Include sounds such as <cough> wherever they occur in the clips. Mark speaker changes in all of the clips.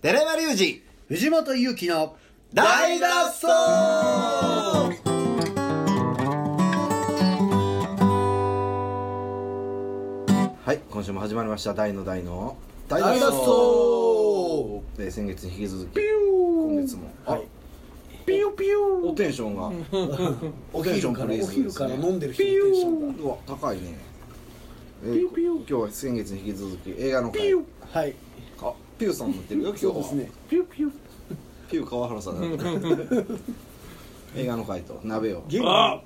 Speaker 1: 寺山隆二
Speaker 2: 藤本勇樹の
Speaker 1: 大脱走はい今週も始まりました大の大の大
Speaker 2: 大脱走
Speaker 1: えー先月に引き続き今月も
Speaker 2: はい
Speaker 3: ピヨピヨ
Speaker 1: おテンションが
Speaker 2: お昼から、
Speaker 1: テンションプリーズです
Speaker 2: お
Speaker 1: ね
Speaker 2: 昼から飲んでる人のテンション
Speaker 1: うわ高いねえー
Speaker 3: ピューピュー
Speaker 1: 今日は先月に引き続き映画の
Speaker 3: ピ
Speaker 1: 回
Speaker 3: ヨ
Speaker 2: がはい
Speaker 1: あピューさん乗ってるよ今日
Speaker 2: <laughs> そ
Speaker 1: は
Speaker 2: うですね
Speaker 3: ピヨピヨ
Speaker 1: ピュー川原さんだった映画の回と鍋をはい
Speaker 2: ゲーム
Speaker 3: あ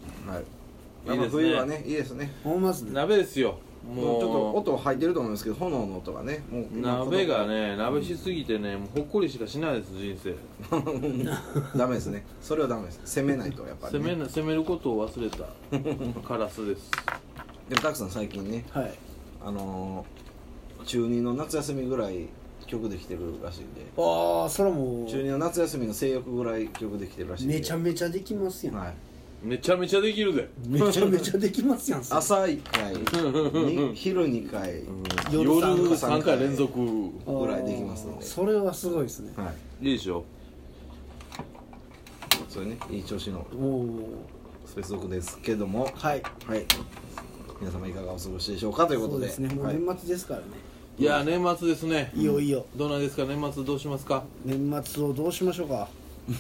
Speaker 1: やっぱ冬はねいいですね
Speaker 2: 思いますね
Speaker 3: 鍋ですよ
Speaker 1: ちょっと
Speaker 3: も
Speaker 1: 音入ってると思うんですけど炎の音がねもう
Speaker 3: う鍋がね鍋しすぎてねもうほっこりしかしないです人生
Speaker 1: ダメですねそれはダメです攻めないとやっぱり、
Speaker 3: 攻め
Speaker 1: ね、
Speaker 3: な攻めることを忘れた
Speaker 1: <laughs>
Speaker 3: カラスです
Speaker 1: でもたくさん最近ね
Speaker 2: はい
Speaker 1: あのー、中二の夏休みぐらい曲できてるらしいんで
Speaker 2: ああそれはも
Speaker 1: 中二
Speaker 2: う
Speaker 1: の夏休みの性欲ぐらい曲できてるらしいんで
Speaker 2: めちゃめちゃできますやん
Speaker 1: はい
Speaker 3: めちゃめちゃできるぜ
Speaker 2: めちゃめちゃできますやんそれ
Speaker 1: 朝1回に昼2回
Speaker 2: 夜
Speaker 3: 夜
Speaker 1: 三回
Speaker 3: 3回連続
Speaker 1: ぐらいできますので
Speaker 2: あーそれはすごいですね
Speaker 1: はい
Speaker 3: いいでしょ
Speaker 1: それねいい調子の
Speaker 2: おお
Speaker 1: スペースオークですけども
Speaker 2: はい
Speaker 1: はい皆様いかがお過ごしでしょうかというこ
Speaker 2: そ
Speaker 1: と
Speaker 2: う
Speaker 1: で
Speaker 2: ですねもう
Speaker 1: はい
Speaker 2: 年末ですからね
Speaker 3: いや年末ですね
Speaker 2: いよいよ
Speaker 3: どうなんですか年末どうしますか
Speaker 2: 年末をどうしましょうか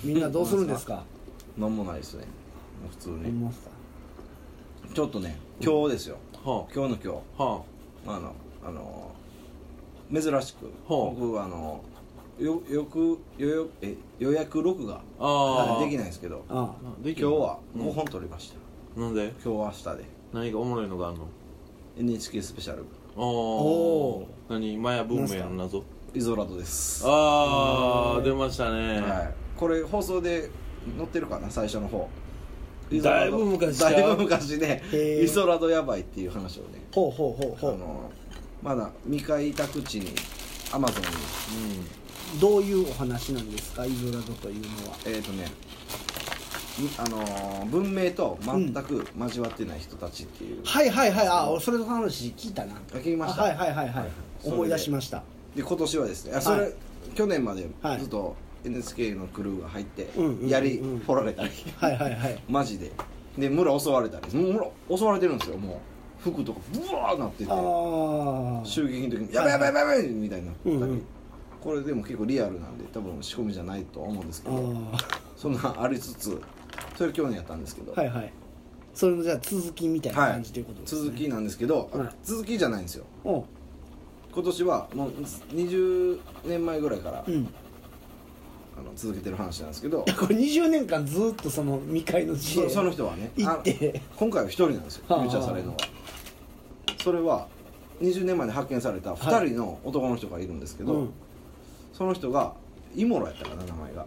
Speaker 2: みんなどうするんですか
Speaker 1: なんもないですねもう普通
Speaker 2: 思い
Speaker 1: に
Speaker 2: ますか
Speaker 1: ちょっとね今日ですよ
Speaker 3: は
Speaker 1: 今日の
Speaker 3: あは
Speaker 1: 今日あのあの珍しく
Speaker 3: ほう
Speaker 1: 僕あのよよく予約え予約録画
Speaker 3: あああ
Speaker 1: できないんですけど今
Speaker 2: ああ
Speaker 3: でき
Speaker 1: 日
Speaker 3: る
Speaker 1: は5本撮りました
Speaker 3: なんで
Speaker 1: 今日明日で
Speaker 3: 何かおもろいのがあんの
Speaker 1: NHK スペシャル
Speaker 3: お
Speaker 2: お
Speaker 3: お何マヤ文明の謎
Speaker 1: イゾラドです
Speaker 3: ああ出ましたね、
Speaker 1: はい、これ放送で載ってるかな最初の方
Speaker 3: だいぶ昔ちゃう
Speaker 1: だいぶ昔ね
Speaker 2: へー
Speaker 1: イソラドやばいっていう話をね
Speaker 2: ほうほうほう
Speaker 1: あ
Speaker 2: ほう
Speaker 1: のまだ未開拓地にアマゾンに
Speaker 2: どういうお話なんですかイゾラドというのは
Speaker 1: えっ、ー、とねみあのー文明と全く交わってない人たちっていう、
Speaker 2: はいはいはいああそれの話聞いたな
Speaker 1: 聞きました
Speaker 2: あはいはいはいはい、
Speaker 1: はいそれで
Speaker 2: 思い出しました
Speaker 1: で今年はですねあそれ、
Speaker 2: はい
Speaker 1: 去年まで
Speaker 2: はい
Speaker 1: ずっと NHK のクルーが入って、
Speaker 2: うんうんうんうん
Speaker 1: やり掘られたり
Speaker 2: はいはいはい
Speaker 1: マジでで村襲われたりもう村襲われてるんですよもう服とかブワーなってて
Speaker 2: ああ
Speaker 1: 襲撃の時に「やばいやばいやばいやばい!」みたいになったり、
Speaker 2: うんうん
Speaker 1: これでも結構リアルなんで多分仕込みじゃないとは思うんですけ
Speaker 2: あ
Speaker 1: ど
Speaker 2: あ
Speaker 1: そんなんありつつそれ去年やったんですけど、
Speaker 2: はいはいそれのじゃあ続きみたいな感じということです、ね
Speaker 1: 続きなんですけど、
Speaker 2: はい
Speaker 1: 続きじゃないんですよ
Speaker 2: おう
Speaker 1: 今年はもう20年前ぐらいから、
Speaker 2: うん <laughs>
Speaker 1: あの続けてる話なんですけど
Speaker 2: これ20年間ずっとその未開の地
Speaker 1: そ
Speaker 2: で
Speaker 1: その人はね
Speaker 2: 行って
Speaker 1: あ今回は一人なんですよ
Speaker 2: はあ
Speaker 1: フューチャーされるのはそれは20年前に発見された2人の男の人がいるんですけど、
Speaker 2: うん
Speaker 1: その人がイモラやったかな名前が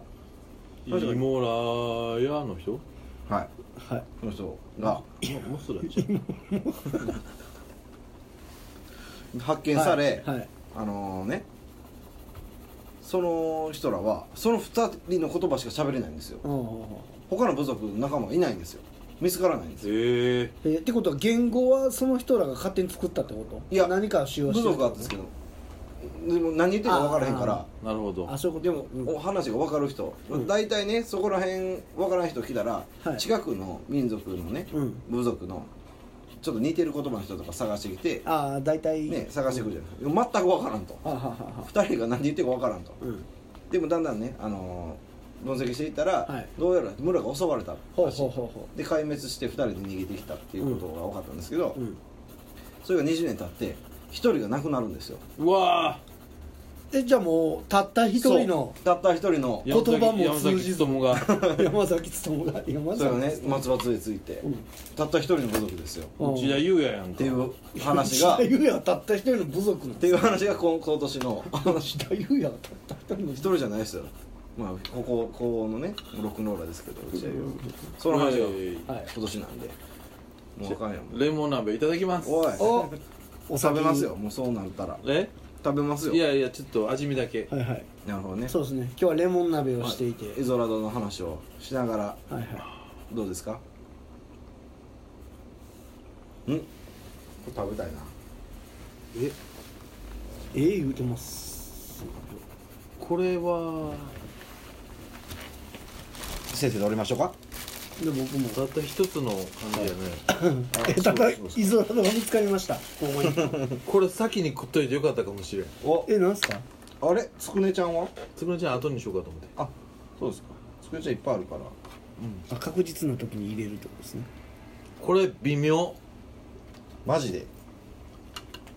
Speaker 3: うんイモラヤの人
Speaker 1: はい
Speaker 2: はい
Speaker 1: その人が
Speaker 3: もうそれちゃう
Speaker 1: 発見され、
Speaker 2: はいはい
Speaker 1: あのねその人らはその2人の言葉しか喋れないんですよ
Speaker 2: おうおうおう
Speaker 1: 他の部族の仲間がいないんですよ見つからないんですよ
Speaker 3: ええ
Speaker 2: えーってことは言語はその人らが勝手に作ったってこと
Speaker 1: いや
Speaker 2: 何かを使用
Speaker 1: 部
Speaker 2: してる
Speaker 1: 族があったんですけどでも何言ってるか分からへんから
Speaker 3: なるほど
Speaker 2: あそういうこと
Speaker 1: でも、
Speaker 2: うん
Speaker 1: お話が分かる人、
Speaker 2: うん
Speaker 1: 大体ねそこら辺分からん人来たら、
Speaker 2: はい
Speaker 1: 近くの民族のね、
Speaker 2: うん
Speaker 1: 部族のちょっと似てる言葉の人とか探してきて、
Speaker 2: ああ大体
Speaker 1: ね、探していくじゃないですか全く分からんと
Speaker 2: はははは
Speaker 1: 2人が何言ってるか分からんと、
Speaker 2: うん
Speaker 1: でもだんだんね、あのー分析していったら、
Speaker 2: はい
Speaker 1: どうやら村が襲われたらしい
Speaker 2: ほうほうほうほ
Speaker 1: で壊滅して2人で逃げてきたっていうことが多かったんですけど、
Speaker 2: ううん
Speaker 1: それが20年経って1人が亡くなるんですよ
Speaker 3: うわあ
Speaker 2: えじゃあもうたった一人の
Speaker 1: そうたった1人の
Speaker 2: 言葉も通じず
Speaker 3: 山崎友
Speaker 2: 山崎努が山
Speaker 1: それがね
Speaker 2: 崎
Speaker 1: 松葉杖ついて、
Speaker 2: うん
Speaker 1: たった1人の部族ですよ
Speaker 2: う
Speaker 3: が
Speaker 2: ん
Speaker 3: 内田優也やん
Speaker 1: っ
Speaker 3: か
Speaker 1: ていう話
Speaker 2: <laughs> が
Speaker 1: が
Speaker 2: ゆうやはたった一人の部族なん
Speaker 1: って
Speaker 2: で
Speaker 1: いう話が今今年の <laughs>
Speaker 2: す下ゆうやはたった一人の部
Speaker 1: 一
Speaker 2: 族
Speaker 1: 人じゃないですよまあこここのねロックノーラですけどうちはよその話が
Speaker 3: ええ
Speaker 2: はい
Speaker 1: 今年なんでもうあかんよもう
Speaker 3: レモン鍋いただきます
Speaker 1: おい
Speaker 2: おお
Speaker 1: 食べます
Speaker 2: よ
Speaker 1: よもうそうなったら
Speaker 3: え
Speaker 1: 食べますよ
Speaker 3: いやいやちょっと味見だけ
Speaker 2: はいはい
Speaker 1: なるほどね
Speaker 2: そうですね今日はレモン鍋をしていて
Speaker 1: イゾラドの話をしながら
Speaker 2: はいはい
Speaker 1: どうですかんこれ食べたいな
Speaker 2: ええ言うてます
Speaker 3: ここれは
Speaker 1: 先生でおりましょうか
Speaker 2: で僕も
Speaker 3: たった一つの感じやね、
Speaker 2: えただイゾラドが見つかりましたここに
Speaker 3: これ先に食っといてよかったかもしれん
Speaker 1: お
Speaker 2: <laughs> えなんすか
Speaker 1: あれつくねちゃんは
Speaker 3: つぐねちゃん後にしようかと思って
Speaker 1: あそうですかつくねちゃんいっぱいあるから
Speaker 2: あ確実な時に入れるってことですね
Speaker 3: これ微妙
Speaker 1: マジで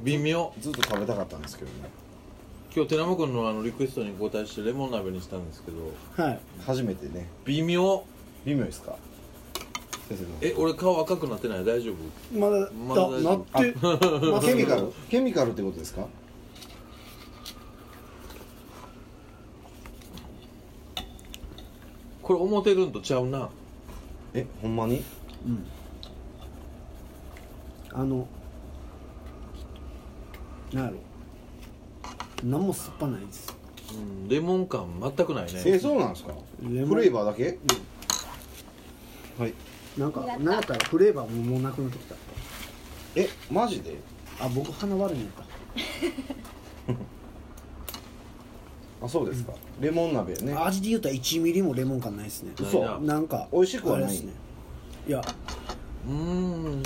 Speaker 3: 微妙
Speaker 1: ずっと食べたかったんですけどね
Speaker 3: 今日寺間君のあのリクエストにお答えしてレモン鍋にしたんですけど
Speaker 2: はい
Speaker 1: 初めてね
Speaker 3: 微妙
Speaker 1: 微妙ですか先生の
Speaker 3: え俺顔赤くなってない大丈夫
Speaker 2: まだ、
Speaker 3: まだ
Speaker 2: あなってま
Speaker 1: あ
Speaker 2: あ
Speaker 1: ケミ
Speaker 2: 変
Speaker 1: カ
Speaker 2: 化
Speaker 1: ルケミカルってことですか
Speaker 3: これ思てるんとちゃうな
Speaker 1: えほんまに
Speaker 2: あのなんやろ何も酸っぱないです
Speaker 3: うんレモン感全くない
Speaker 1: え
Speaker 3: ね
Speaker 1: そうなんですか
Speaker 2: レモン
Speaker 1: フレーバーだけはい
Speaker 2: なんかなんやったらフレーバーももうなくなってきた
Speaker 1: えマジで
Speaker 2: あ僕鼻悪いのか
Speaker 1: あそうですかレモン鍋ね
Speaker 2: 味で言うたら1ミリもレモン感ないですね
Speaker 1: 嘘
Speaker 3: ない
Speaker 2: なんか
Speaker 1: 美味しくはない
Speaker 2: あれっすねいや
Speaker 3: うーん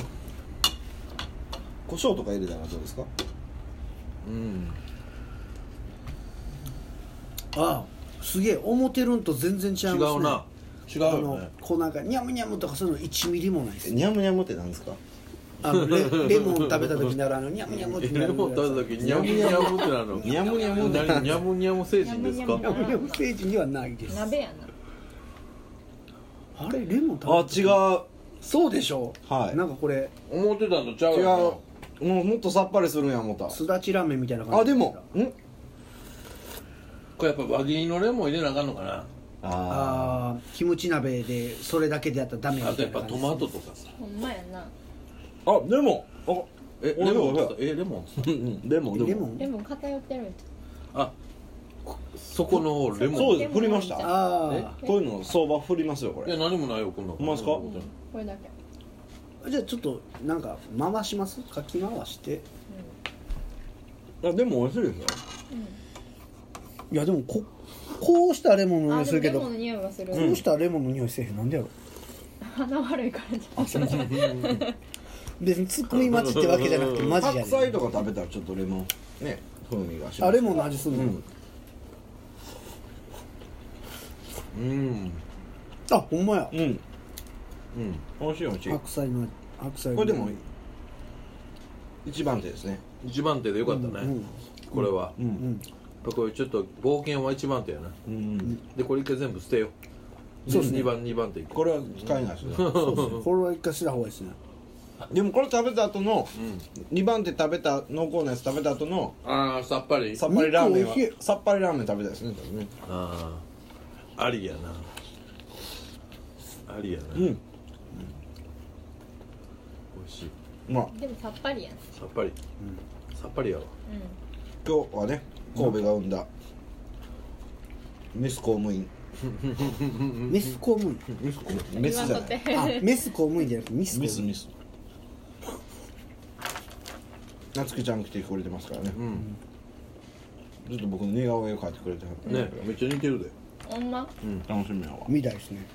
Speaker 1: 胡椒とか入れたらどうですか
Speaker 3: うん
Speaker 2: あすげえ思ってるんと全然違い
Speaker 3: 違
Speaker 2: ますね
Speaker 3: うな違う
Speaker 2: あ
Speaker 3: よ
Speaker 2: の
Speaker 3: ね
Speaker 2: こうなんかニャムニャムとかそういうの1ミリもないです
Speaker 1: にゃむにゃむってなんですか
Speaker 2: あのレレモン食べた時ならあのニャムニャムってな
Speaker 3: レ
Speaker 2: る
Speaker 3: モン食べた時にゃむにゃむってなのにゃむにゃむ何にゃむにゃむ成人ですか
Speaker 2: ニャムニャムステージにはないです
Speaker 4: 鍋や
Speaker 2: あれレモン食べ
Speaker 1: あ
Speaker 2: た
Speaker 1: 違
Speaker 2: 時
Speaker 1: う
Speaker 2: そうでしょ
Speaker 1: はい
Speaker 2: なんかこれ
Speaker 3: 思ってたんとちゃう
Speaker 1: 違う
Speaker 3: よ
Speaker 1: もうもっとさっぱりするんや思った
Speaker 2: すだちラーメンみたいな感じ
Speaker 1: あでもん
Speaker 3: これやっぱ輪切りのレモン入れなあかんのかな
Speaker 1: あ
Speaker 2: あーキムチ鍋でそれだけでやったらダメみた
Speaker 3: あ
Speaker 2: いな
Speaker 3: とやっぱ
Speaker 2: 感じ
Speaker 3: トマトとかさ
Speaker 4: なほんまやな
Speaker 1: ああレモンあ
Speaker 3: え
Speaker 1: おいおい
Speaker 3: レモン
Speaker 1: おい
Speaker 3: っつったえレモンっつった
Speaker 1: レモン
Speaker 2: レモン
Speaker 4: レモン偏ってるんち
Speaker 3: あこそこのレモン
Speaker 1: そうです振りまし
Speaker 4: あ
Speaker 1: た
Speaker 2: あ
Speaker 1: こういうの相場振りますよこ
Speaker 3: いや
Speaker 1: れ
Speaker 3: 何もないよこんな
Speaker 1: ほんまですか
Speaker 3: こんな
Speaker 4: ゃう
Speaker 3: こ
Speaker 4: これだけ
Speaker 2: あじゃあちょっとなんか回しますかき回して
Speaker 1: あでも美味しいですよ
Speaker 2: いやでもここうしたらレモンの
Speaker 4: あ
Speaker 2: 匂い
Speaker 4: ですも
Speaker 2: るけ
Speaker 4: レ
Speaker 2: ど
Speaker 4: モン
Speaker 2: こ
Speaker 4: の匂いがする
Speaker 2: うしたらレモンの匂いせえへんなんでやろ
Speaker 4: 鼻悪いからじゃん
Speaker 2: 別に作り待ちってわけじゃなくてマジや
Speaker 1: 白菜
Speaker 2: ね
Speaker 1: とか食べたらちょっとレモンね風味がします
Speaker 2: あレモンの味する
Speaker 1: う
Speaker 2: の、
Speaker 1: ん
Speaker 3: とうん
Speaker 2: あほんまや
Speaker 1: うん
Speaker 3: うん
Speaker 1: 美味しい美味しい
Speaker 2: 白菜の味白菜の
Speaker 1: これでも一番手ですね
Speaker 3: 一番手でよかった
Speaker 2: うんう
Speaker 3: ね
Speaker 2: ん
Speaker 3: これは
Speaker 1: ん
Speaker 2: うん
Speaker 3: これちょっと冒険は一番手やな
Speaker 1: うん
Speaker 3: でこれ一回全部捨てよ
Speaker 2: そうですね
Speaker 3: 2番2番手いこ
Speaker 1: これは使えないですね <laughs>
Speaker 2: そうですねこれは一回した方がいいですね
Speaker 1: でもこれ食べた後の
Speaker 3: ううん
Speaker 1: 2番手食べた濃厚なやつ食べた後の
Speaker 3: ああさっぱり
Speaker 1: さっぱりラーメンは
Speaker 2: 肉美味しい
Speaker 1: さっぱりラーメン食べたいですね多分ね
Speaker 3: ああありやなありやな
Speaker 1: う
Speaker 3: 美
Speaker 1: ん
Speaker 3: 味しい
Speaker 1: まあ
Speaker 4: でもさっぱりやん
Speaker 3: さっぱりさっぱりやわ
Speaker 4: う
Speaker 1: 今日はね神戸が生んだメス公務員
Speaker 2: メス公務員
Speaker 1: メス公務員
Speaker 4: ん
Speaker 1: メ
Speaker 4: 言
Speaker 1: ス
Speaker 4: わん
Speaker 1: じゃな
Speaker 4: とっ
Speaker 1: い
Speaker 4: て
Speaker 2: あメス公務員じゃなくてミス公
Speaker 1: ミス
Speaker 2: 務員
Speaker 1: ミスなつきちゃん来てくれてますからね
Speaker 3: うん
Speaker 1: ずっと僕の似顔絵を描いてくれてはる
Speaker 3: ねめっちゃ似てるで
Speaker 4: ほんま
Speaker 1: 楽しみやわ
Speaker 2: みたいですね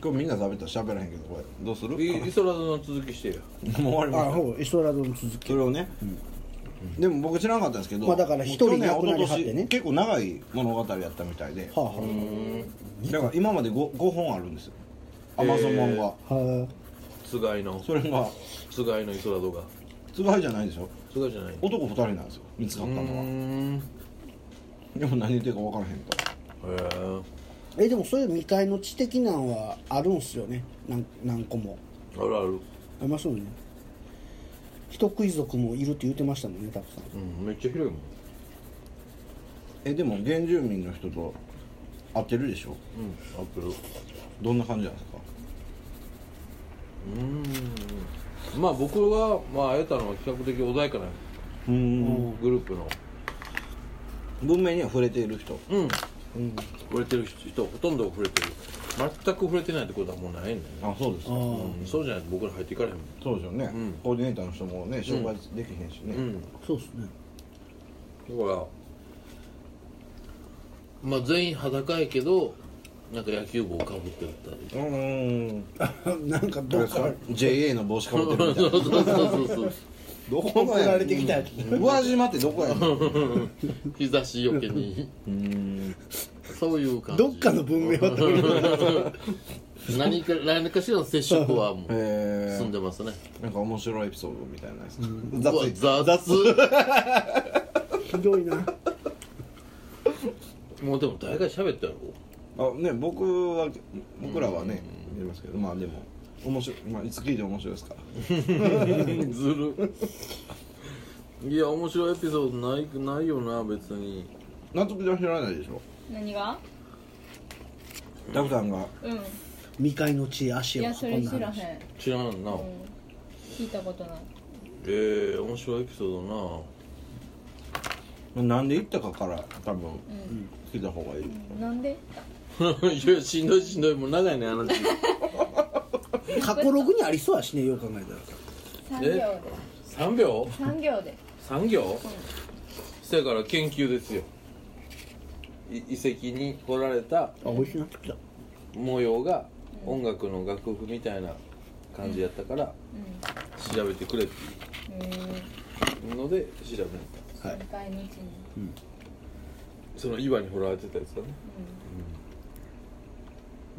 Speaker 1: 今日みんな食べたら喋らへんけどこれどうする
Speaker 3: いイソラドの続きしてよ
Speaker 1: もう終わり
Speaker 2: あ
Speaker 1: ました
Speaker 2: ほうエソラドの続き
Speaker 1: それをね、でも僕知らなかったんですけど、
Speaker 2: まあだから一人
Speaker 1: もう去年
Speaker 2: 亡くなりはっ
Speaker 1: 一昨
Speaker 2: てね
Speaker 1: 年結構長い物語やったみたいで
Speaker 2: はあは
Speaker 1: だから今まで 5, 5本あるんですよアマゾン版が、
Speaker 2: あは
Speaker 3: つがいの
Speaker 1: それが
Speaker 3: つがいのイソラドが
Speaker 1: つがいじゃないでしょ
Speaker 3: つがいじゃない
Speaker 1: 男2人なんですよ見つか
Speaker 3: う
Speaker 1: ったのは
Speaker 3: んへ
Speaker 1: でも何言ってるか分からへんと
Speaker 3: え
Speaker 2: あえでもそういう未開の知的なんはあるんすよねなん何個も
Speaker 3: あるある
Speaker 2: ありますよね人食い族もいるって言ってましたもんねたくさん
Speaker 3: うんめっちゃ広いもん
Speaker 1: えでも原住民の人と会ってるでしょ
Speaker 3: うん合ってる
Speaker 1: どんな感じなんですか
Speaker 3: うんまあ僕が、まあ、会えたのは比較的穏やかな
Speaker 1: うーん
Speaker 3: グループの
Speaker 1: 文明には触れている人
Speaker 3: うん、触れてる人ほとんど触れてる全く触れてないってことはもうないんだよね、
Speaker 1: あそうですか
Speaker 3: うん、そうじゃないと僕ら入っていかれへんもん
Speaker 1: そうですよね、
Speaker 3: ん
Speaker 1: コーディネーターの人もね紹介できへんしね、
Speaker 3: うん
Speaker 2: そうですね
Speaker 3: だからまあ全員裸やけどなんか野球帽かぶっておったり
Speaker 1: うーん
Speaker 2: なんかどっか
Speaker 1: JA の帽子かぶってるみたいな
Speaker 3: <laughs> そうそうそうそう
Speaker 1: どこ
Speaker 2: 送られてきたやつ
Speaker 1: 宇和島ってどこやねん
Speaker 3: 日差しよけにそういう感じ
Speaker 2: どっかの文明を取る
Speaker 3: <laughs> 何か何かしらの接触はもう
Speaker 1: え
Speaker 3: 済んでますね
Speaker 1: ー、なんか面白いエピソードみたいなやつ、
Speaker 3: うわ
Speaker 1: 雑い
Speaker 3: 雑
Speaker 2: ひどいな
Speaker 3: もうでも大概喋ったやろ
Speaker 1: あね僕は僕らはね出ますけどまあでも面白い、まあ、いつ聞いても面白いですから
Speaker 3: ずるいや面白いエピソードないないよな別に
Speaker 1: 納得じゃ知らないでしょ
Speaker 4: 何が
Speaker 1: ダクさんが
Speaker 4: うん
Speaker 2: 未開の地へ
Speaker 4: い
Speaker 2: 足を
Speaker 4: やそれ
Speaker 2: 運んだ
Speaker 4: 知ら
Speaker 2: 話
Speaker 4: へん、
Speaker 3: 知らんな、
Speaker 4: うん、聞いたことない
Speaker 3: えー、面白いエピソード
Speaker 1: なんで行ったかから多分
Speaker 4: うん、
Speaker 1: 聞いた方がいい
Speaker 4: なんで
Speaker 3: な <laughs> いやしんどいしんどいもう長いね話
Speaker 2: 過去ログにありそうやしねよう考えたら
Speaker 4: 産
Speaker 3: 3秒
Speaker 4: 業で産業で
Speaker 3: 産業せやから研究ですよい遺跡に掘られた
Speaker 2: あ美味しくなってきた
Speaker 3: 模様が音楽の楽譜みたいな感じやったから
Speaker 4: う
Speaker 3: 調べてくれって
Speaker 4: んへえ
Speaker 3: いうので調べた
Speaker 2: はい
Speaker 4: 深い道に
Speaker 3: その岩に掘られてたやつだね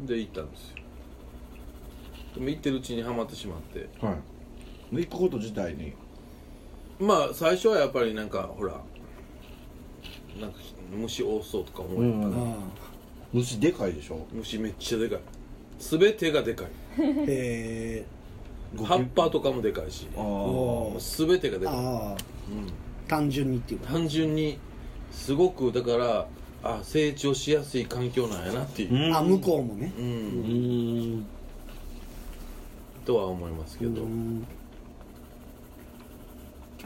Speaker 4: う
Speaker 3: で行ったんですよでも行ってるうちにはまってしまって
Speaker 1: はいで行くこと自体に
Speaker 3: まあ最初はやっぱりなんかほらなんか虫多そうとか思う、
Speaker 1: うん
Speaker 2: あ
Speaker 1: 虫でかいでしょ
Speaker 3: 虫めっちゃでかい全てがでかい
Speaker 2: あへえ
Speaker 3: 葉っぱとかもでかいし
Speaker 1: あ
Speaker 2: おー
Speaker 3: 全てがでかい
Speaker 2: ああ単純にっていうか
Speaker 3: 単純にすごくだからあ成長しやすい環境なんやなっていう、
Speaker 2: あ向こうもね
Speaker 3: うん
Speaker 1: うん
Speaker 3: とは思いますけど、
Speaker 2: うん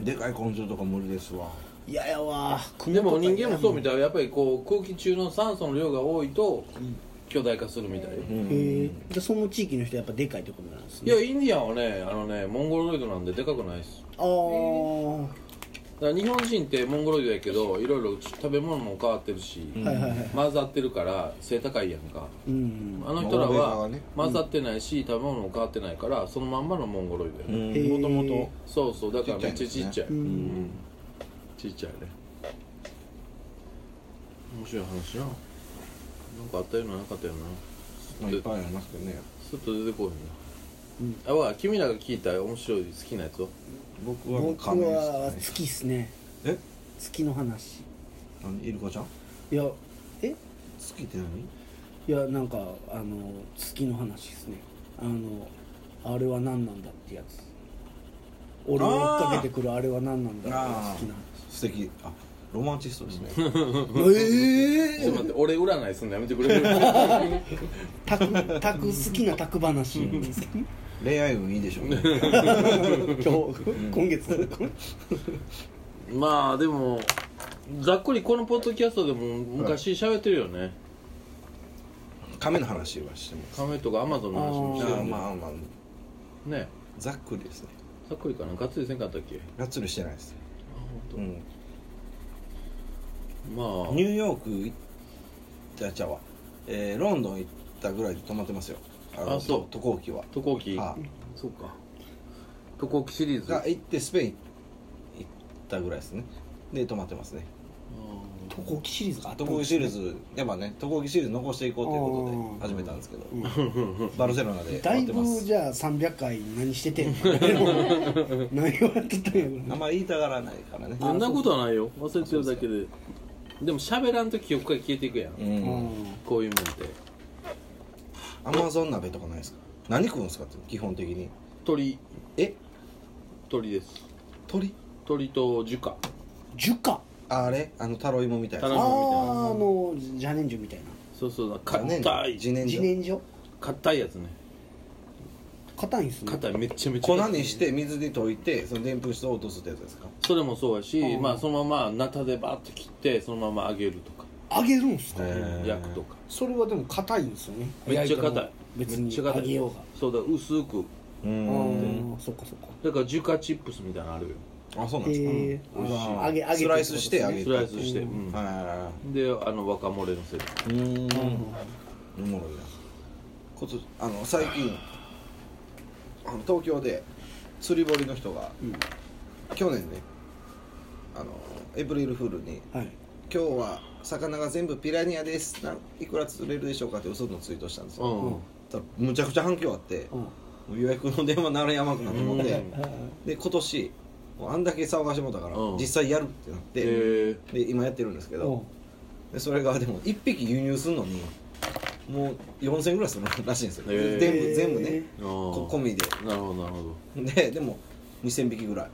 Speaker 1: でかい昆虫とか無理ですわ
Speaker 2: 嫌やわ
Speaker 3: でも人間もそうみたいやっぱりこう空気中の酸素の量が多いと巨大化するみたい、
Speaker 1: うん
Speaker 2: へえじゃあその地域の人やっぱでかいってことなんです
Speaker 3: い
Speaker 2: ね
Speaker 3: やインディアンはねあのねモンゴロイドなんででかくないです
Speaker 2: ああ
Speaker 3: だから日本人ってモンゴロイドやけどいろいろ食べ物も変わってるし、
Speaker 2: はいはいはい
Speaker 3: 混ざってるから背高いやんか
Speaker 2: うん
Speaker 3: あの人ら
Speaker 1: まあ欧米側
Speaker 3: は
Speaker 1: はね
Speaker 3: 混ざってないし、食べ物も変わってないからそのまんまのモンゴロイドやね、
Speaker 1: うん
Speaker 2: へー
Speaker 1: もともと
Speaker 3: そうそうだからめっちゃちっちゃい
Speaker 2: うん
Speaker 3: うんちっちゃいね面白い話ななんかあったようななかったような
Speaker 1: まあいっぱいありますけどね
Speaker 3: ちょっと出てこいな、あわあ君らが聞いた面白い好きなやつを
Speaker 1: 僕はもう
Speaker 2: 僕
Speaker 1: 仮面
Speaker 2: は
Speaker 1: ですね
Speaker 2: 月っすね
Speaker 1: え
Speaker 2: 月の話
Speaker 1: 何イルカちゃん好
Speaker 2: いやえ
Speaker 1: きって何
Speaker 2: いやなんかあの月の話ですねあのあれは何なんだってやつ俺を追っかけてくるあれは何なんだ
Speaker 1: あ
Speaker 2: っ
Speaker 1: あ
Speaker 2: ていう
Speaker 1: 素敵あロマンチストですね
Speaker 2: 好きなえ
Speaker 3: ちょっと待って俺占いすんのやめてくれる
Speaker 2: <laughs> タクタク好きなタク話ですね
Speaker 1: 恋愛運いいでしょうね
Speaker 2: 今日今月
Speaker 3: まあでもざっくりこのポッドキャストでも昔喋ってるよね
Speaker 1: 亀の話はしてます
Speaker 3: カメとかアマゾンの話もしてる
Speaker 1: ああ
Speaker 3: よね
Speaker 1: まあまあ
Speaker 3: ね
Speaker 1: ざっくりですね
Speaker 3: ざっくりかながっつりせんかったっけ
Speaker 1: がっつりしてないです、うん、
Speaker 3: まあ
Speaker 1: ニューヨーク行ったちゃうわ、えー、ロンドン行ったぐらいで止まってますよあの
Speaker 3: あそう
Speaker 1: 渡航機は
Speaker 3: 渡航機
Speaker 1: あ
Speaker 3: そうか渡航機シリーズ
Speaker 1: が行ってスペイン行ったぐらいですねで止まってますね
Speaker 2: 渡航記シリーズがあった
Speaker 1: 渡
Speaker 2: ん
Speaker 1: 航
Speaker 2: で
Speaker 1: 機
Speaker 2: す
Speaker 1: シ
Speaker 2: ね
Speaker 1: リーズやっぱね渡航機シリーズ残していこうということで始めたんですけど、バルセロナで
Speaker 2: だ
Speaker 1: や
Speaker 2: い
Speaker 1: ってま
Speaker 2: ぶ
Speaker 1: す
Speaker 2: じゃあ300回何しててんの何をやってたんやろ
Speaker 1: あんま言いたがらないからね
Speaker 3: そんなことはないよ忘れてるだけででも喋らんと記憶が消えていくやん、
Speaker 1: うん
Speaker 3: こういうもんって
Speaker 1: アマゾン鍋とかないですか何食うんですかって基本的に
Speaker 3: 鳥
Speaker 1: え
Speaker 3: 鳥です
Speaker 1: 鳥
Speaker 3: 鳥と樹花
Speaker 2: 樹花
Speaker 1: あれあのタロイモみたい
Speaker 3: タ
Speaker 2: あ
Speaker 3: ロ
Speaker 1: な
Speaker 3: イモ
Speaker 2: ああのジャネンジュみたい
Speaker 3: そうそうだ
Speaker 1: あね
Speaker 3: 硬い
Speaker 1: 自
Speaker 2: な
Speaker 1: 然
Speaker 2: 自
Speaker 1: 薯
Speaker 2: 然薯
Speaker 3: 硬いやつね
Speaker 2: 硬いんすね
Speaker 3: 硬いめっちゃめちゃ
Speaker 1: 粉
Speaker 3: 硬い
Speaker 1: にして水に溶いてそのでんぷん質を落とすってやつですか
Speaker 3: それもそうやし、
Speaker 2: うん
Speaker 3: まあそのままナタでバーッと切ってそのまま揚げるとか
Speaker 2: 揚げるんすか
Speaker 1: へー
Speaker 3: 焼くとか
Speaker 2: それはでも硬いんですよね
Speaker 3: めっちゃ硬い
Speaker 2: 別
Speaker 3: めっ
Speaker 2: に
Speaker 3: ちゃ硬
Speaker 2: 揚
Speaker 3: い
Speaker 2: げようが
Speaker 3: そうだ薄く
Speaker 1: う
Speaker 2: あ
Speaker 1: ん
Speaker 2: あそっかそっか
Speaker 3: だから樹花チップスみたいなのあるよ
Speaker 1: あそうなんですか、
Speaker 2: えー
Speaker 1: うん美味しい
Speaker 2: あ揚げ揚げて
Speaker 1: スライスして揚げて
Speaker 3: スライスして、
Speaker 2: う
Speaker 3: うん
Speaker 1: は
Speaker 3: であの若漏れのせる
Speaker 1: いはいはいうん
Speaker 2: うん
Speaker 1: おもろいなことあの最近あの東京で釣り堀の人が、
Speaker 2: うん
Speaker 1: 去年ねあのエイプリルフールに
Speaker 2: はい
Speaker 1: 「今日は魚が全部ピラニアですなんいくら釣れるでしょうか?」って嘘のツイートしたんです
Speaker 3: う
Speaker 1: よ、
Speaker 3: ん
Speaker 1: ただむちゃくちゃ反響あって、
Speaker 2: うん
Speaker 1: もう予約の電話ならやまくなって思って、
Speaker 3: うん
Speaker 1: で今年もうあんだけ騒がしてもうたから、
Speaker 3: うん
Speaker 1: 実際やるってなっ
Speaker 3: え
Speaker 1: て、
Speaker 3: ー、
Speaker 1: で今やってるんですけど、でそれがでも1匹輸入するのにもう4000ぐらいするらしいんですよ、
Speaker 3: へー
Speaker 1: 全部全部ね
Speaker 3: あー
Speaker 1: こ込み
Speaker 3: なるほどなるほど
Speaker 1: でででも2000匹ぐらい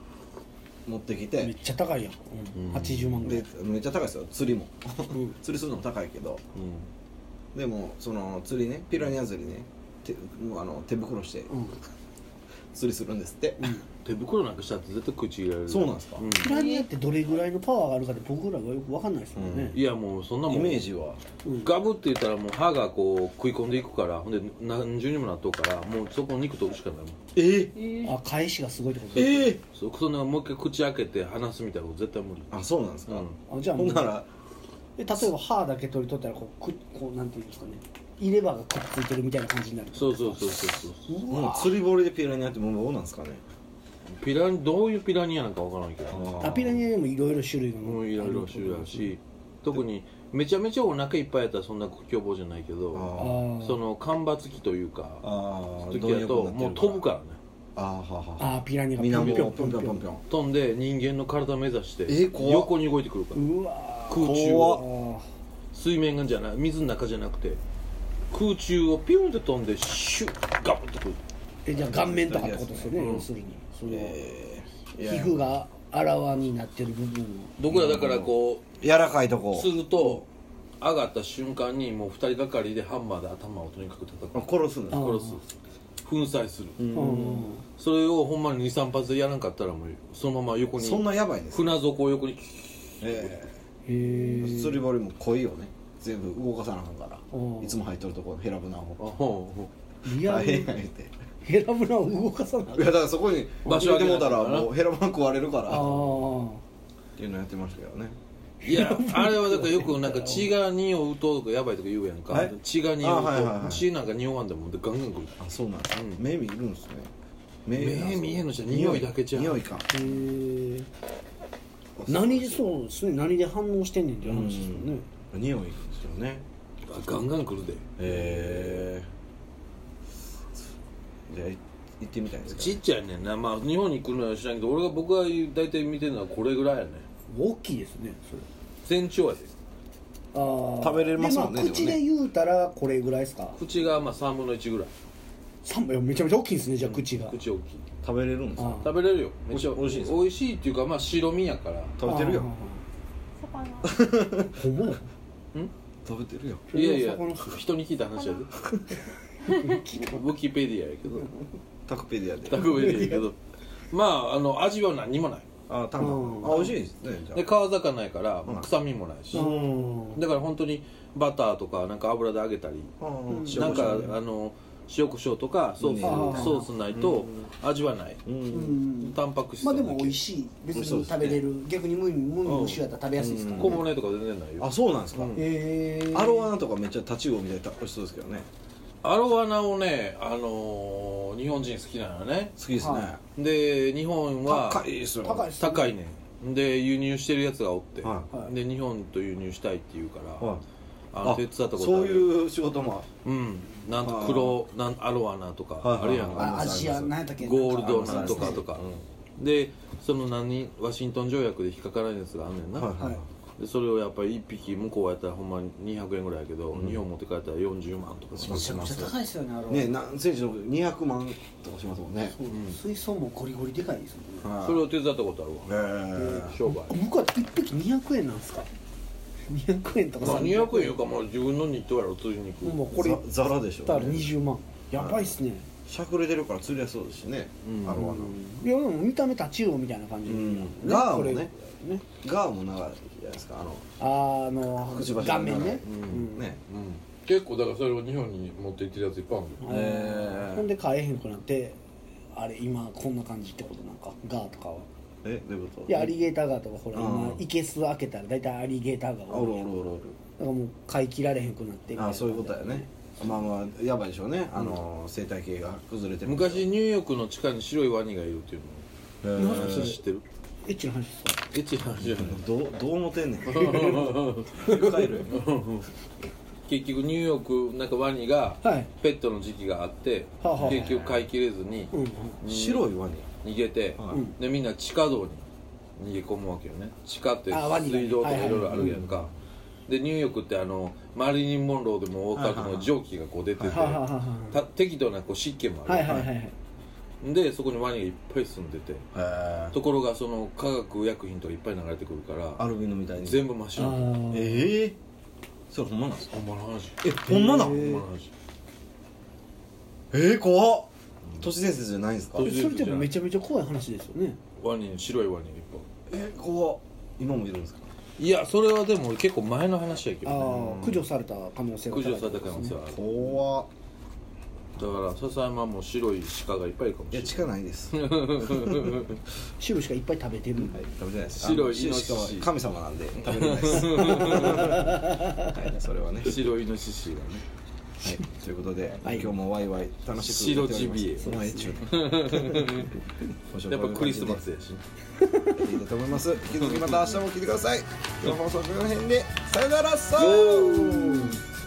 Speaker 1: 持ってき
Speaker 2: めってちゃ高いやん、
Speaker 3: うん
Speaker 2: 80万ぐら
Speaker 1: で
Speaker 2: い
Speaker 1: めっちゃ高いですよ釣りも
Speaker 2: うん
Speaker 1: <laughs> 釣りするのも高いけど
Speaker 3: うん
Speaker 1: でもその釣りねピラニア釣りね手もうあの手袋して
Speaker 2: うん
Speaker 1: 釣りするんですって、
Speaker 3: 手袋なんかしたって絶対口入れられる
Speaker 1: そうなんですか
Speaker 3: うん
Speaker 2: ピラニアってどれぐらいのパワーがあるかって僕らがよくわかんないですもんね、
Speaker 3: いやもうそんなもん
Speaker 1: イメージは
Speaker 2: うん
Speaker 3: ガブって言ったらもう歯がこう食い込んでいくからほんで何重にもなっとうからもうそこの肉取るしかないもん
Speaker 1: えー、
Speaker 4: えー
Speaker 2: あ返しがすごいってこと
Speaker 1: え
Speaker 2: ですね
Speaker 1: ー、
Speaker 3: そそんなもう一回口開けて話すみたいなこと絶対無理
Speaker 1: あそうなんですか、
Speaker 3: う
Speaker 2: あじゃあ
Speaker 1: ほ
Speaker 2: もうん
Speaker 1: なら
Speaker 2: え例えば歯だけ取り取ったらこうくこうなんていうんですかね入れ歯がくっついてるみたいな感じになる
Speaker 3: そうそうそうそうそう
Speaker 2: う
Speaker 1: もう
Speaker 2: わ
Speaker 1: 釣り堀でピラニアってもうどうなんですかね
Speaker 3: ピラニどういうピラニアなんかわからないけど
Speaker 2: あピラニアでもいろいろ種類が
Speaker 3: もういろいろ種類あるし特にめちゃめちゃお腹いっぱいやったらそんな凶暴じゃないけ
Speaker 2: あ
Speaker 3: ど
Speaker 2: ー
Speaker 3: その干ばつ期というか
Speaker 1: ああ
Speaker 3: 時やともう飛ぶからね
Speaker 1: ああはは
Speaker 2: あーピラニアが
Speaker 1: みんなもう
Speaker 2: ピ
Speaker 1: ピョ
Speaker 2: ョ
Speaker 1: ン
Speaker 2: ン
Speaker 1: ピ
Speaker 2: ピ
Speaker 1: ョ
Speaker 2: ョ
Speaker 1: ンピョ
Speaker 2: ンピョンピョ
Speaker 1: ン
Speaker 2: ン
Speaker 1: ピョン
Speaker 3: 飛んで人間の体目指して
Speaker 1: え怖っ
Speaker 3: 横に動いてくるから
Speaker 2: うわ
Speaker 3: 空中
Speaker 1: 怖っ
Speaker 3: を
Speaker 2: ー
Speaker 3: 水面がじゃない水の中じゃなくて空中をピュンって飛んでシュッガブッとくる
Speaker 2: えじゃあ顔面とかってことですよね、
Speaker 3: うん
Speaker 2: 要するにその、
Speaker 1: えーい
Speaker 2: 皮
Speaker 1: や
Speaker 2: 膚があらわになってる部分を
Speaker 3: 僕らだからこ
Speaker 1: 柔らかいと
Speaker 3: う
Speaker 1: こ
Speaker 3: すると上がった瞬間にもう二人がかりでハンマーで頭をとにかく叩く
Speaker 1: あ殺すんですか
Speaker 3: 殺す粉砕する、
Speaker 2: うん
Speaker 3: それをほんまに23発でやらんかったらもうそのまま横に
Speaker 1: そんなやばいんですね
Speaker 3: 船底を横に
Speaker 1: え
Speaker 2: へえ
Speaker 1: ー釣り堀も鯉をね全部動かさなあかんから
Speaker 2: うん
Speaker 1: いつも入っとるとこヘラブナ
Speaker 3: あ
Speaker 1: を
Speaker 3: ほうほ
Speaker 2: リア
Speaker 1: 大変
Speaker 2: ル
Speaker 1: や言うて
Speaker 2: ヘラブラを動かさない
Speaker 1: いやだからそこに
Speaker 3: 場
Speaker 1: 場
Speaker 3: 所
Speaker 1: 所
Speaker 3: あ
Speaker 1: あ
Speaker 3: げ
Speaker 1: げ
Speaker 3: な
Speaker 1: て
Speaker 3: い
Speaker 1: も
Speaker 3: か
Speaker 1: た
Speaker 3: ら
Speaker 1: ら
Speaker 3: な
Speaker 1: もうヘラブナ食われるから
Speaker 2: あ
Speaker 1: っ
Speaker 2: ー
Speaker 1: ていうのやってましたけどね
Speaker 3: う
Speaker 1: <laughs>
Speaker 3: いやあれはだからよくなんか血が匂うとやばいとか言うやんか
Speaker 1: え
Speaker 3: 血が匂うと、
Speaker 1: あはいはいはい
Speaker 3: 血なんか匂わんでもでガンガンくる
Speaker 1: あそうなんです、
Speaker 3: うん
Speaker 1: 目見るんですね
Speaker 3: 目見えんのじゃ匂いだけじゃん
Speaker 1: 匂いか
Speaker 2: へえ何でそうですね何で反応してんねんっていう話ですよね
Speaker 1: 匂いですよね
Speaker 3: あガンガンくるで
Speaker 1: へえじゃあい行ってみたいですか
Speaker 3: ちっちゃいねんなまあ日本に来るのは知らんけど俺が僕が大体見てるのはこれぐらいやね
Speaker 2: 大きいですねそれ
Speaker 3: 全長やで
Speaker 2: あー
Speaker 1: 食べれますもんね
Speaker 2: であ口
Speaker 1: でも
Speaker 2: で
Speaker 1: ね
Speaker 2: 言うたらこれぐらいですか
Speaker 3: 口がまあ3分の1ぐらい
Speaker 2: 三いやめちゃめちゃ大きいですねじゃあ口が
Speaker 3: 口大きい
Speaker 1: 食べれるんですか
Speaker 2: あー
Speaker 3: 食べれるよめっちゃ
Speaker 1: おいしいですか
Speaker 3: 美味しいっていうかまあ白身やから
Speaker 1: 食べてるよ
Speaker 4: 魚
Speaker 2: あーほんまや
Speaker 1: <laughs> 食べてるよ
Speaker 3: いやいや
Speaker 2: それは魚
Speaker 3: 人に聞いた話やで <laughs> ウィキペディアやけ
Speaker 1: <laughs>
Speaker 3: ど
Speaker 1: タクペディアで
Speaker 3: タクペディアやけどまああの味は何もない
Speaker 1: あタンだ
Speaker 2: うん
Speaker 1: あ美味しいですねじゃ
Speaker 3: で川魚やから
Speaker 1: うん
Speaker 3: 臭みもないし
Speaker 2: うん
Speaker 3: だから本当にバターとかなんか油で揚げたり
Speaker 1: あうん
Speaker 2: ん
Speaker 3: なんか
Speaker 1: 塩コショウね
Speaker 3: あの塩コショウとかソース、
Speaker 1: ね
Speaker 3: ソースないと味はない、
Speaker 1: う
Speaker 2: うんん
Speaker 3: タンパク質
Speaker 2: まあでも美味
Speaker 3: い
Speaker 2: しい別に食べれる逆に無味無味無臭やったら食べやすいですから
Speaker 3: 小骨とか全然ない
Speaker 1: あ
Speaker 3: よ
Speaker 1: そうなんですか
Speaker 3: うん
Speaker 2: へえ
Speaker 1: アロワナとかめっちゃタチウオみたいな美味しそうですけどね
Speaker 3: アロワナをねあのー日本人好きなのね
Speaker 1: 好きですね
Speaker 2: は
Speaker 3: で日本は
Speaker 1: 高いですよ
Speaker 2: 高いです
Speaker 3: 高いねんで輸入してるやつがおって、
Speaker 1: は
Speaker 2: はい
Speaker 3: で日本と輸入したいって言うから、
Speaker 1: はい
Speaker 3: あの手伝ったこと
Speaker 1: そう
Speaker 3: う
Speaker 1: いう仕事も
Speaker 3: うんなんと黒なんアロワナとか
Speaker 1: はい
Speaker 3: あ
Speaker 1: はい
Speaker 3: るやん
Speaker 1: あり
Speaker 2: あ
Speaker 1: ま
Speaker 2: ア
Speaker 1: す
Speaker 2: ジア何やったっけ
Speaker 3: ゴールド
Speaker 1: あ
Speaker 3: なんとかとか、でその何ワシントン条約で引っかからないやつがあんねんな、
Speaker 1: はい
Speaker 2: はい
Speaker 3: でそれをやっぱり1匹向こうやったらほんまに200円ぐらいやけど、
Speaker 1: うん
Speaker 3: 日本持って帰ったら40万とか
Speaker 1: し
Speaker 2: め
Speaker 1: ます
Speaker 2: ちゃくちゃ高いですよねあれ
Speaker 1: ね何センチの200万とかしますもんね
Speaker 2: そう水槽もゴリゴリでかいですもんね
Speaker 1: はい
Speaker 3: それを手伝ったことあるわ
Speaker 1: へー
Speaker 3: 商売
Speaker 2: 僕は一匹200円なんですか200円とか
Speaker 3: まあ
Speaker 2: さ
Speaker 3: 200円いうかもう自分の日当やろ釣りに行く、
Speaker 2: もうこれだっ
Speaker 1: ざざらでしょ
Speaker 2: た
Speaker 1: う
Speaker 2: ら
Speaker 1: ね
Speaker 2: 20万やばいっすね
Speaker 1: しゃくれてるから釣りやすそうですしね
Speaker 3: うん
Speaker 1: アロワナ
Speaker 2: いやでも見た目タチウオみたいな感じ
Speaker 1: うんガーもね
Speaker 2: これね
Speaker 1: ガーも長いじゃないですかあの
Speaker 2: あの
Speaker 1: くちばし
Speaker 2: 顔面ね
Speaker 1: う
Speaker 2: うん
Speaker 1: ね
Speaker 3: うん結構だからそれを日本に持って行ってるやついっぱいあるよ
Speaker 2: あー
Speaker 1: へー
Speaker 2: ほんで買えへんくなってあれ今こんな感じってことなんかガーとかは
Speaker 1: えどういうこと
Speaker 2: いやアリゲーター川とかほら今
Speaker 1: うん
Speaker 2: いけす開けたら大体アリゲーター川
Speaker 1: おるお
Speaker 2: だ
Speaker 1: るおるおる
Speaker 2: からもう飼い切られへんくなってみた
Speaker 1: あ
Speaker 2: な
Speaker 1: あそういうことやねまあまあやばいでしょうねあの、生態系が崩れてる
Speaker 3: 昔
Speaker 1: へ
Speaker 3: ニューヨークの地下に白いワニがいるっていうの
Speaker 1: ー
Speaker 3: それ知ってる
Speaker 2: エッチな話ですか
Speaker 3: エッチな話じゃない
Speaker 1: どうどう思って <laughs> んねん帰る
Speaker 3: 結局ニューヨークなんかワニが
Speaker 2: はい
Speaker 3: ペットの時期があって、
Speaker 2: はあはあ
Speaker 3: 結局飼いきれずに
Speaker 2: うんうん
Speaker 1: 白いワニ
Speaker 3: 逃げて、
Speaker 1: はい
Speaker 2: うん
Speaker 3: でみんな地下道に逃げ込むわけよね地下って
Speaker 2: あワニがね
Speaker 3: 水道とか
Speaker 2: はいはい
Speaker 3: いろいろあるやんか、でニューヨークってあのマリリン・モンローでも大田区の蒸気がこう出てて、
Speaker 2: はあはあはあは
Speaker 3: た適度なこう湿気も
Speaker 2: あ
Speaker 3: あ
Speaker 2: はい
Speaker 3: る、
Speaker 2: はいはいはい
Speaker 3: でそこにワニがいっぱい住んでて
Speaker 1: へえ
Speaker 3: ところがその化学薬品とかいっぱい流れてくるか
Speaker 1: ア
Speaker 3: ら
Speaker 1: ルビノみたいに
Speaker 3: 全部真っ白になる
Speaker 2: あえ
Speaker 1: ええそれほんまなんですか
Speaker 3: ほんまの話
Speaker 1: えほんまなん
Speaker 2: へ
Speaker 3: ほん
Speaker 2: ー
Speaker 3: まの話
Speaker 1: えー、怖っ都市伝説じゃないんですか
Speaker 3: 都市
Speaker 2: それでもめちゃめちゃ怖い話ですよね
Speaker 3: ワニ白いワニがいっぱい
Speaker 1: えー、怖っ今もいるんですか
Speaker 3: いやそれはでも結構前の話やけ
Speaker 2: あ
Speaker 3: ど、ね、
Speaker 2: あ駆除された可能性が
Speaker 3: 駆
Speaker 2: 高い
Speaker 3: 除された可能性はある
Speaker 1: 怖っ
Speaker 3: だから笹山も白い鹿がいっぱいいるかもし
Speaker 1: い
Speaker 3: れ
Speaker 1: や近な
Speaker 3: ない
Speaker 1: いです
Speaker 2: 白しかいっぱい食べてるんで
Speaker 1: 食べてないです
Speaker 3: 白い
Speaker 1: あの
Speaker 3: イノシシ
Speaker 1: しかも神様なんで食べれないです
Speaker 3: <laughs>
Speaker 1: はいそれはね
Speaker 3: 白イノシシがね
Speaker 1: はい、ということで、
Speaker 2: はい
Speaker 1: 今日もワイワイ楽しくやっております
Speaker 3: 白ジビエ
Speaker 1: そのエッチをね今 <laughs> 週
Speaker 3: やっ
Speaker 1: もこ
Speaker 3: ぱ
Speaker 1: ういう感じで
Speaker 3: クリスマスやし
Speaker 1: やっていきたいと思います引き続きまた明日も聞いてください今日の放送はこの辺でさよならさ
Speaker 3: よ
Speaker 1: ー
Speaker 3: ー